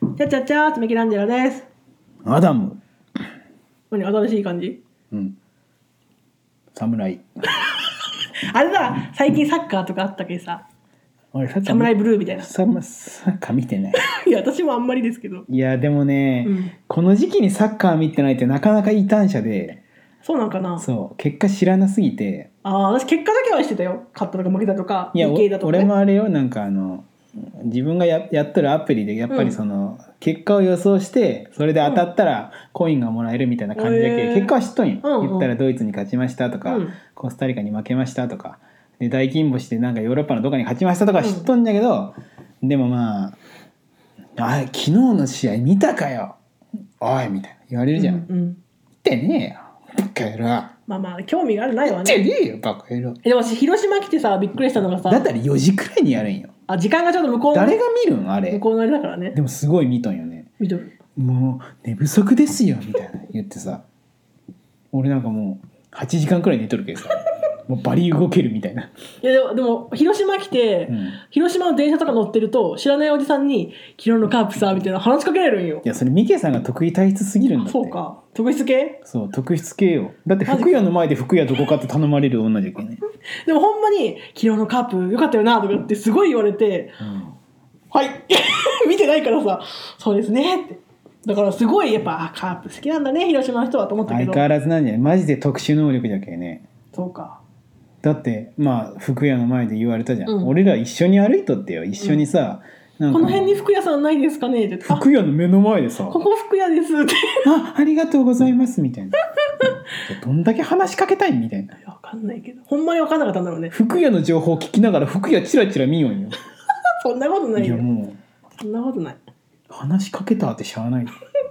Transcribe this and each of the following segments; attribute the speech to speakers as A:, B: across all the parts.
A: チャチャチャーってミケランジェロです。
B: アダム、
A: 何新しい感じ
B: うん、侍
A: あれだ最近サッカーとかあったけどさ
B: 俺さっき
A: 侍ブルーみたいな
B: サムサッカー見てない
A: いや私もあんまりですけど
B: いやでもね、
A: うん
B: この時期にサッカー見てないってなかなか異端者で
A: そうなんかな
B: そう結果知らなすぎて
A: ああ私結果だけはしてたよ勝ったとか負けたとか
B: いやお
A: 理系だとか、ね、
B: 俺もあれよなんかあの自分がややっとるアプリでやっぱりその、結果を予想してそれで当たったらコインがもらえるみたいな感じだけ、
A: へー
B: 結果は知っとんよ、
A: うんうん
B: 言ったらドイツに勝ちましたとか、
A: うん
B: コスタリカに負けましたとかで大金星でなんかヨーロッパのどこかに勝ちましたとかは知っとんだけど、でもまあ「あ昨日の試合見たかよおい」みたいな言われるじゃん。
A: うんうん
B: 見てねえよバカ野郎
A: まあまあ興味があるないわ
B: 見て
A: ね
B: ねえよバカ野郎
A: えでも私広島来てさびっくりしたのがさ
B: だったら4時くらいにやるんよ
A: あ時間がちょっと向こうの
B: 誰が見るんあれ
A: 向こうのあれだからね
B: でもすごい見とんよね
A: 見とる
B: もう寝不足ですよみたいな言ってさ俺なんかもう8時間くらい寝とるけどさもうバリ動けるみたいな、
A: いやでもでも広島来て、
B: うん、い
A: 広島の電車とか乗ってると知らないおじさんに「昨日のカープさ」みたいな話しかけられるんよ
B: やそれミケさんが得意体質すぎるんだって
A: そうか特質系
B: そう特筆系よだって服屋の前で服屋どこかって頼まれる女じゃけね、
A: でもほんまに「昨日のカープよかったよな」とかってすごい言われて
B: うん
A: 「はい 見てないからさそうですね」ってだからすごいやっぱあカープ好きなんだね広島の人はと思ったけ
B: 相
A: ど
B: 変わらずなんじゃないマジで特殊能力じゃけね
A: そうか
B: だってまあ服屋の前で言われたじゃん、
A: うん
B: 俺ら一緒に歩いとってよ一緒にさ、なん
A: こ
B: か
A: の辺に服屋さんないですかねってあ
B: 服屋の目の前でさ
A: ここ服屋ですって
B: あありがとうございますみたいなどんだけ話しかけたいみたいない
A: やわかんないけどほんまにわかんなかったんだろうね
B: 服屋の情報を聞きながら服屋チラチラ見よんよ
A: そんなことないい
B: や
A: よ
B: も
A: そんなことないう
B: 話しかけたってしゃあない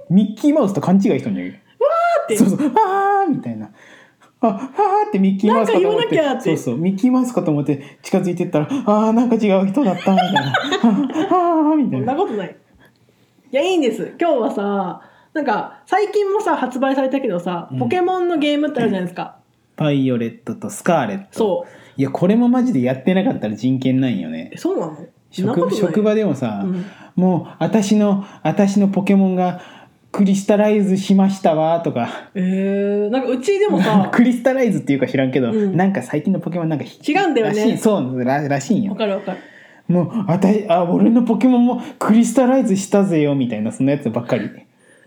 B: ミッキーマウスと勘違いしとんじゃんわー
A: って
B: そうそうあーみたいなああーってミッキーマウスかと思って
A: なんか言わなきゃって
B: そうそうミッキーマウスかと思って近づいてったらあーなんか違う人だったみたいなあーあーみた
A: そ
B: い
A: んな
B: な
A: ことない。いや、いいんです。今日はさ、なんか、最近もさ、発売されたけどさ
B: う、ん
A: ポケモンのゲームってあるじゃないですか。
B: バイオレットとスカーレット
A: そ
B: いやこれもマジでやってなかったら人権ないよね
A: う。えそうなのそんなこと
B: 職
A: ない
B: 職場でもさ、
A: うん
B: もう私の私のポケモンがクリスタライズしましたわとか
A: えー、なんかうちでもさ、
B: クリスタライズっていうか知らんけど、
A: うん
B: なんか最近のポケモンなんか
A: 違うんだよね
B: らしいそうららしい ん
A: わ
B: よ
A: かるわかる。
B: もう私あ俺のポケモンもクリスタライズしたぜよみたいなそのやつばっかり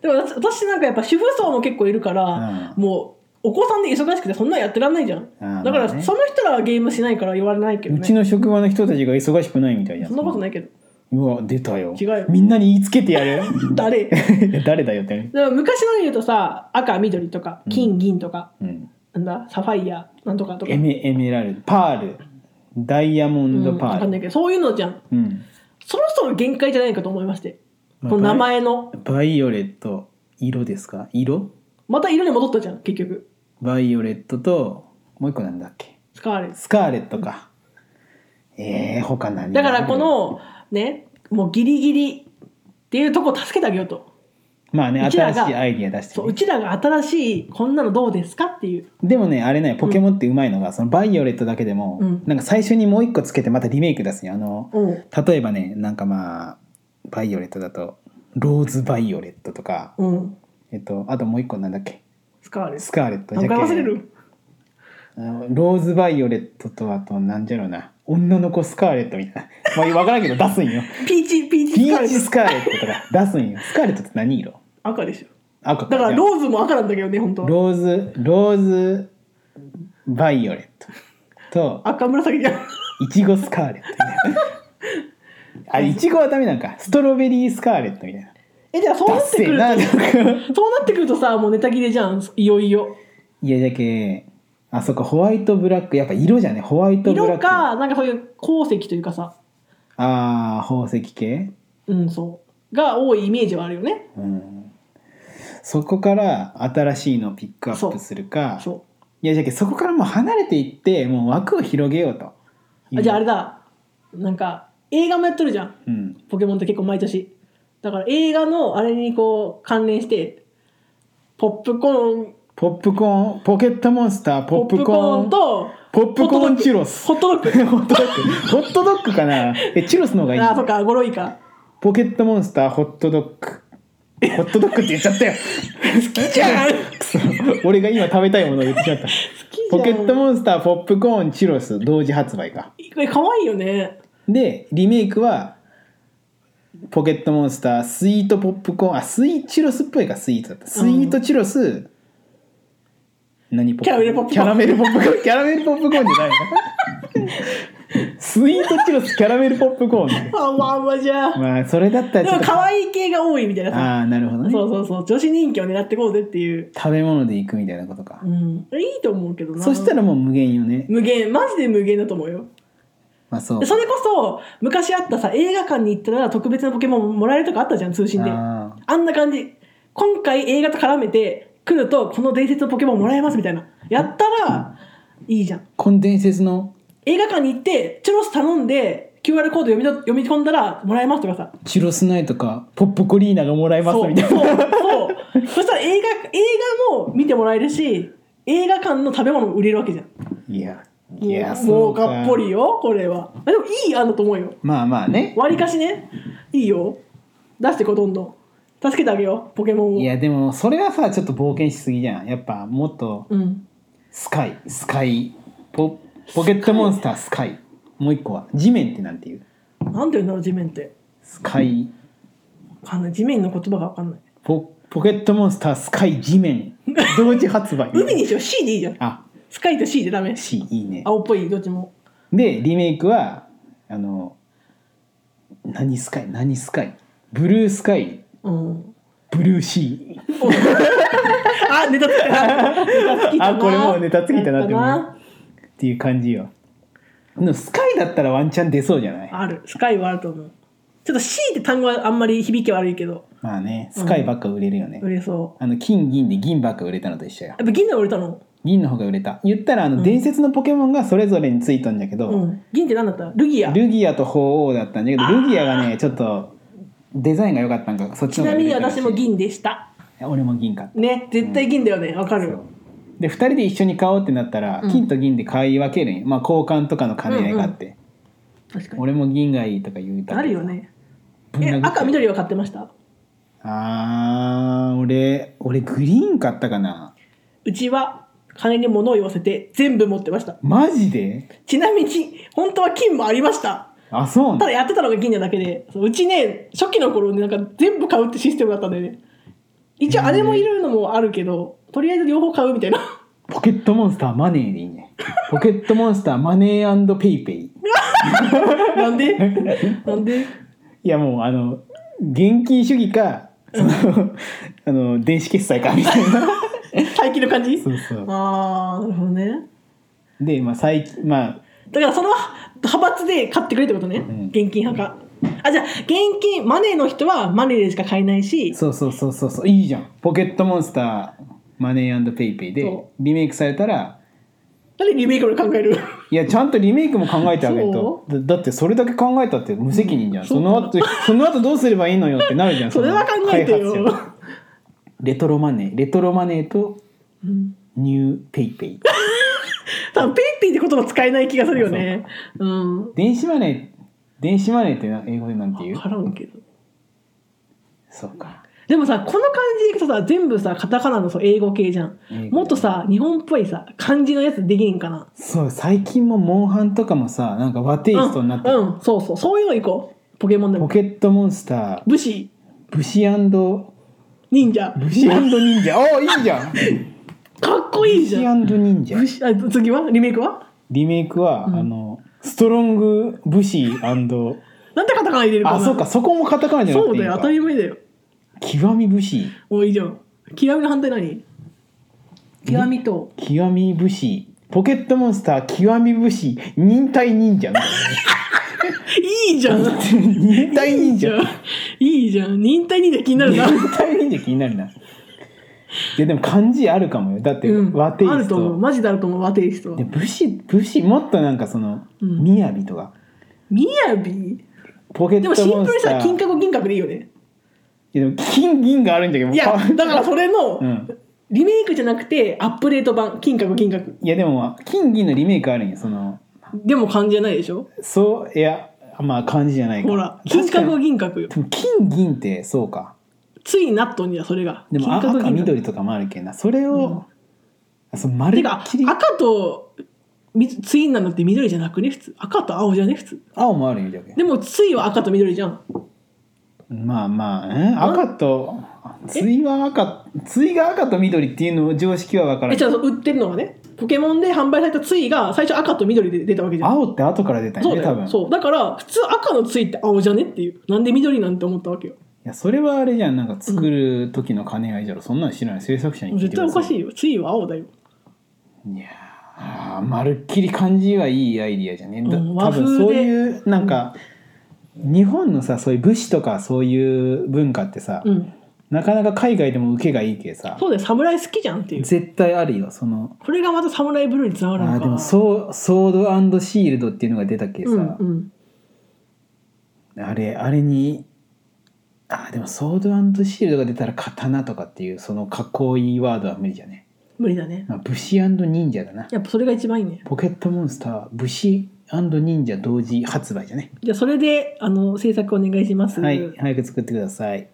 A: でも私私なんかやっぱ主婦層も結構いるから、
B: う
A: もう、お子さんで忙しくてそんなんやってらんないじゃん。
B: あー
A: だから、
B: まあね
A: その人らはゲームしないから言われないけど
B: う
A: ね。
B: ちの職場の人たちが忙しくないみたいじゃん
A: そんなことないいけど。
B: うわ出たよ
A: 違うよ
B: みんなに言いつけてやる
A: 誰 で
B: いや誰だよってね、
A: も昔ので言うとさ、赤、緑とか、金、銀とか、
B: うん、
A: なんだ、サファイア、なんとかとか。
B: エメエメラルドパールダイヤモンドパ
A: わか
B: ー
A: んな
B: ル、
A: いけどそういうのじゃん
B: うん
A: そろそろ限界じゃないかと思いまして
B: ま
A: こ
B: あ
A: の名前の
B: バイオレット色ですか色
A: また色に戻ったじゃん結局
B: バイオレットともう一個なんだっけ
A: 使われる
B: スカーレットか、えー、他何
A: だからこのねもうギリギリっていうとこを助けてあげようと
B: まあね
A: うちら
B: 新
A: が
B: しいアイディア出して
A: そう
B: ね、
A: うちらが新しいこんなのどうですかっていう
B: でもねあれねポケモンってうまいのが、そのバイオレットだけでも、
A: うん
B: なんか最初にもう一個つけてまたリメイク出すよあの
A: うん
B: 例えばねなんかまあバイオレットだとローズバイオレットとか、
A: うん
B: えっと、あともう一個なんだっけ
A: 使われる
B: スカーレット
A: 何回
B: け
A: 忘れる
B: あのローズバイオレットとあとなんじゃろうな女の子スカーレットみたいなまあ分からんけど出 すんよ
A: ピーチピーチ
B: ピ
A: スカーレ
B: ーチ
A: ッ
B: ス
A: ト
B: カーレットとか出すんよスカーレットって何色
A: 赤でしょ
B: 赤
A: だから
B: じゃ
A: ローズも赤なんだけどね本当
B: あ
A: は
B: ローズローズバイオレットと
A: 赤紫じゃん
B: イチゴスカーレットみた いなあイチゴはダメなんかストロベリースカーレットみたいな
A: えじゃあそう
B: ダ
A: な
B: ッ
A: って
B: セ
A: く
B: ー
A: る
B: ななんか
A: とそうなってくるとさもうネタ切れじゃんいよいよ
B: いやじゃけあそっかホワイトブラックやっぱ色じゃねホワイトブラッ
A: 色
B: ク
A: かなんかそういう鉱石というかさ
B: ああ宝石系
A: うん、そう。が多いイメージはあるよね。
B: うんそこから新しいのをピックアップするか
A: そ
B: いやじゃけそこからもう離れていってもう枠を広げようと
A: う。あじゃああれ
B: だ、
A: だ。なんか、映画もやってるじゃん。
B: うん、
A: ポケモンって結構毎年。だから映画のあれにこう関連して、ポップコーン、
B: ポップコーンポケットモンスターポップコーン
A: と、
B: ポップコーンチュロス
A: ホットド ッグ。
B: ホットドッグホットドッグかなえチュロスの方がいい
A: あ、そっか、ゴロイか。
B: ポケットモンスターホットドッグホットドッグって言っちゃったよ好きじゃんく そ俺が今食べたいものを言ってしまった
A: 好き
B: ポケ
A: じゃん
B: ットモンスターポップコーンチュロス同時発売か
A: これ可愛いよね
B: でリメイクはポケットモンスタースイートポップコーンあスイチュロスっぽいかスイートだったスイートチュロス、何ポップ
A: キャラメルポップコーン
B: キャラメルポップコーンキャラメルポップコーンじゃないのスイートチュロスキャラメルポップコーンね
A: あまあまあじゃあ
B: まあそれだっ
A: で
B: たらちょ
A: も
B: っと
A: 可愛い系が多いみたいなさ
B: ああなるほどね
A: そうそうそう女子人気を狙ってこうぜっていう、
B: 食べ物で行くみたいなことか、
A: うん、いいと思うけどな
B: そしたらもう無限よね、
A: 無限マジで無限だと思うよ
B: まあそう
A: それこそ昔あったさ映画館に行ったら特別なポケモンもらえるとかあったじゃん通信であ
B: あ
A: んな感じ今回映画と絡めて来るとこの伝説のポケモンもらえますみたいなやったらいいじゃん
B: ーこの伝説の
A: 映画館に行ってチュロス頼んで QR コード読みと読み込んだらもらえますとかさ
B: チュロスナイとかポップコリーナがもらえます
A: そう
B: みたいな
A: そうそうそしたら映画映画も見てもらえるし映画館の食べ物も売れるわけじゃん
B: いやい
A: も
B: や
A: うもうがっぽりよこれはあでもいい案だと思うよ
B: まあまあね
A: わりかしねいいよ出してこどんどん助けてあげようポケモンを
B: いやでもそれはさちょっと冒険しすぎじゃんやっぱもっと
A: うん
B: スカイスカイポポケットモンスタースカイもう一個は地面ってなんていう
A: なんて言うんだろう地面って
B: スカイ、
A: わかんない地面の言葉がわかんない
B: ポポケットモンスタースカイ地面同時発売
A: 海にしよう C でいいじゃん
B: あ
A: スカイと C でダメ
B: C いいね
A: 青っぽいどっちも
B: でリメイクはあの何スカイ何スカイブルースカイ
A: うん
B: ブルーシ
A: あネタつきたネタつきたな
B: あこれもうネタつきたなって思う
A: やったな
B: ーっていう感じよでもスカイだったらワンチャン出そうじゃない
A: あるスカイはあると思うちょっと C って単語はあんまり響き悪いけど
B: まあねスカイばっか売れるよね、
A: 売れそう
B: あの金銀で銀ばっか売れたのと一緒よ
A: やっぱ銀で売れたの
B: 銀の方が売れた言ったらあの伝説のポケモンがそれぞれについとんだけど、
A: うん銀って何だったルギア
B: ルギアと鳳凰だったんだけどルギアがねちょっとデザインが良かったんかそっち
A: ち
B: の方
A: な
B: が売
A: み
B: れ
A: に
B: たらしい
A: 私も銀でした
B: 俺も銀買った
A: ね絶対銀だよねわ、か
B: そ
A: る
B: うで2人で一緒に買おうってなったら、
A: うん
B: 金と銀で買い分けるんよまあ交換とかの兼ね合いがあって、
A: 確か
B: 俺も銀がいいとか言うた
A: あるよね
B: ぶん
A: え
B: 殴って
A: 赤緑は買ってました
B: あー俺俺グリーン買ったかな
A: うちは金に物を言わせて全部持ってました
B: マジで
A: ちなみに本当は金もありました
B: あそう
A: ただ
B: な
A: やってたのが銀なだけでそううちね初期の頃ねなんか全部買うってシステムだったんだよね一応姉もいるのもあるけどとりあえず両方買うみたいな
B: ポケットモンスターマネーでいいねポケットモンスターマネーペイペイ
A: なん でなんで
B: いやもうあの現金主義かそ のあの電子決済かみたいな
A: 最近の感じ
B: そうそう
A: ああなるほどね
B: でまあ最近まあ
A: だからその派閥で買ってくれってことね、
B: ん
A: 現金派かあじゃあ現金マネーの人はマネーでしか買えないし
B: そうそうそうそうそういいじゃんポケットモンスターマネーペイペイで
A: そ
B: リメイクされたら
A: 何リメイクの考える
B: いやちゃんとリメイクも考えてあげると
A: そ
B: だだってそれだけ考えたって無責任じゃん
A: そ
B: そうの後その後どうすればいいのよってなるじゃん
A: それは考
B: の
A: えて
B: 開
A: よ
B: 発者レトロマネーレトロマネーと
A: うん
B: ニューペイペイ
A: 多分ペイペイって言葉使えない気がするよねうん
B: 電子マネー電子マネーってな英語でなんて言う
A: 分からんけど
B: そうか
A: でもさこの感じでいくとさ全部さカタカナのそう英語系じゃん
B: 英語ね
A: もっとさ日本っぽいさ漢字のやつできんかな
B: そう最近もモンハンとかもさなんか和テイストになってる、
A: うん、うん、そうそうそういうの行こうポケモンで
B: ポ
A: も
B: ケットモンスター
A: 武士
B: 武士
A: 忍者
B: 武士忍者おおいいじゃん
A: かっ こいい
B: 武士
A: じゃん
B: 忍者
A: 武士あ次はリメイクは
B: リメイクは、あのストロング武士
A: なんでカタカナ入れるかな
B: あそうかそこもカタカナじゃなく
A: そ
B: て
A: う
B: いい
A: だよ
B: のか
A: 当たり前だよ
B: 極み武士
A: もういいじゃん極みの反対何極みと
B: 極み武士ポケットモンスター極み武士忍耐 忍者みたい
A: いいじゃん
B: な忍耐忍者
A: いいじゃん忍耐忍者気になるな
B: 忍耐忍者気になるないやでも漢字あるかもよだって
A: うん
B: 和テイ
A: ある
B: ス
A: と
B: ト、
A: 思うマジであると思う和テイスト
B: で武士武士もっとなんかその「
A: うん
B: みやび」とか
A: みやび
B: ポケッ
A: で
B: ト
A: もシ
B: モ
A: ン
B: ン
A: プルに
B: スタ
A: さ
B: ー
A: 金閣銀閣でいいよね
B: いやでも金銀があるんだけど
A: い やだからそれの
B: うん
A: リメイクじゃなくてアップデート版金閣銀閣
B: いやでも金銀のリメイクあるんよその
A: でも漢字じゃないでしょ
B: そういやまあ漢字じゃないか
A: ほら金
B: 確かに
A: 閣銀閣よ
B: でも金銀ってそうか
A: ついになっとんじゃそれが
B: でも
A: 金
B: 赤
A: 閣銀閣
B: 緑とかもあるけんなそれを、そうまる
A: て
B: っ
A: か
B: きり
A: 赤とみツインなのって緑じゃなくね普通赤と青じゃね普通
B: 青もあるよじゃけん
A: でもツイは赤と緑じゃん
B: まあまあ、え赤と対は赤対が赤と緑っていうのも常識は分から
A: え
B: な
A: じ
B: い
A: ゃあその売ってるのがねポケモンで販売されたツイが最初赤と緑で出たわけじゃん
B: 青って後から出たん
A: そう
B: よね
A: だ
B: 多
A: よ
B: 分
A: そうだから普通赤のツイって青じゃねっていうなんで緑なんて思ったわけよ
B: いやそれはあれじゃんなんか作る時の金がいいじゃろ、そんなの知らない制作者に聞い
A: 絶
B: て
A: 対おかし
B: い
A: いよツイは青だよ
B: いやーまるっきり漢字はいいアイディアじゃね、だ
A: うん
B: 多
A: 和風で
B: 分そういうなんか、日本のさそういう武士とかそういう文化ってさ、
A: うん
B: なかなか海外でも受けがいいけさ
A: そうだよ侍好きじゃんっていう
B: 絶対あるよその
A: これがまた侍ブルーにつな
B: あ
A: がるのか
B: ーでもソーソードシールドっていうのが出たけさ、
A: うんうん
B: あれあれにあでもソードシールドが出たら刀とかっていうそのかっこいいワードは無理じゃね、
A: 無理だね
B: まあ、武士忍者だな
A: やっぱそれが一番いいね
B: ポケットモンスター武士忍者同時発売じゃね
A: じゃあそれであの制作お願いします、
B: はい早く作ってください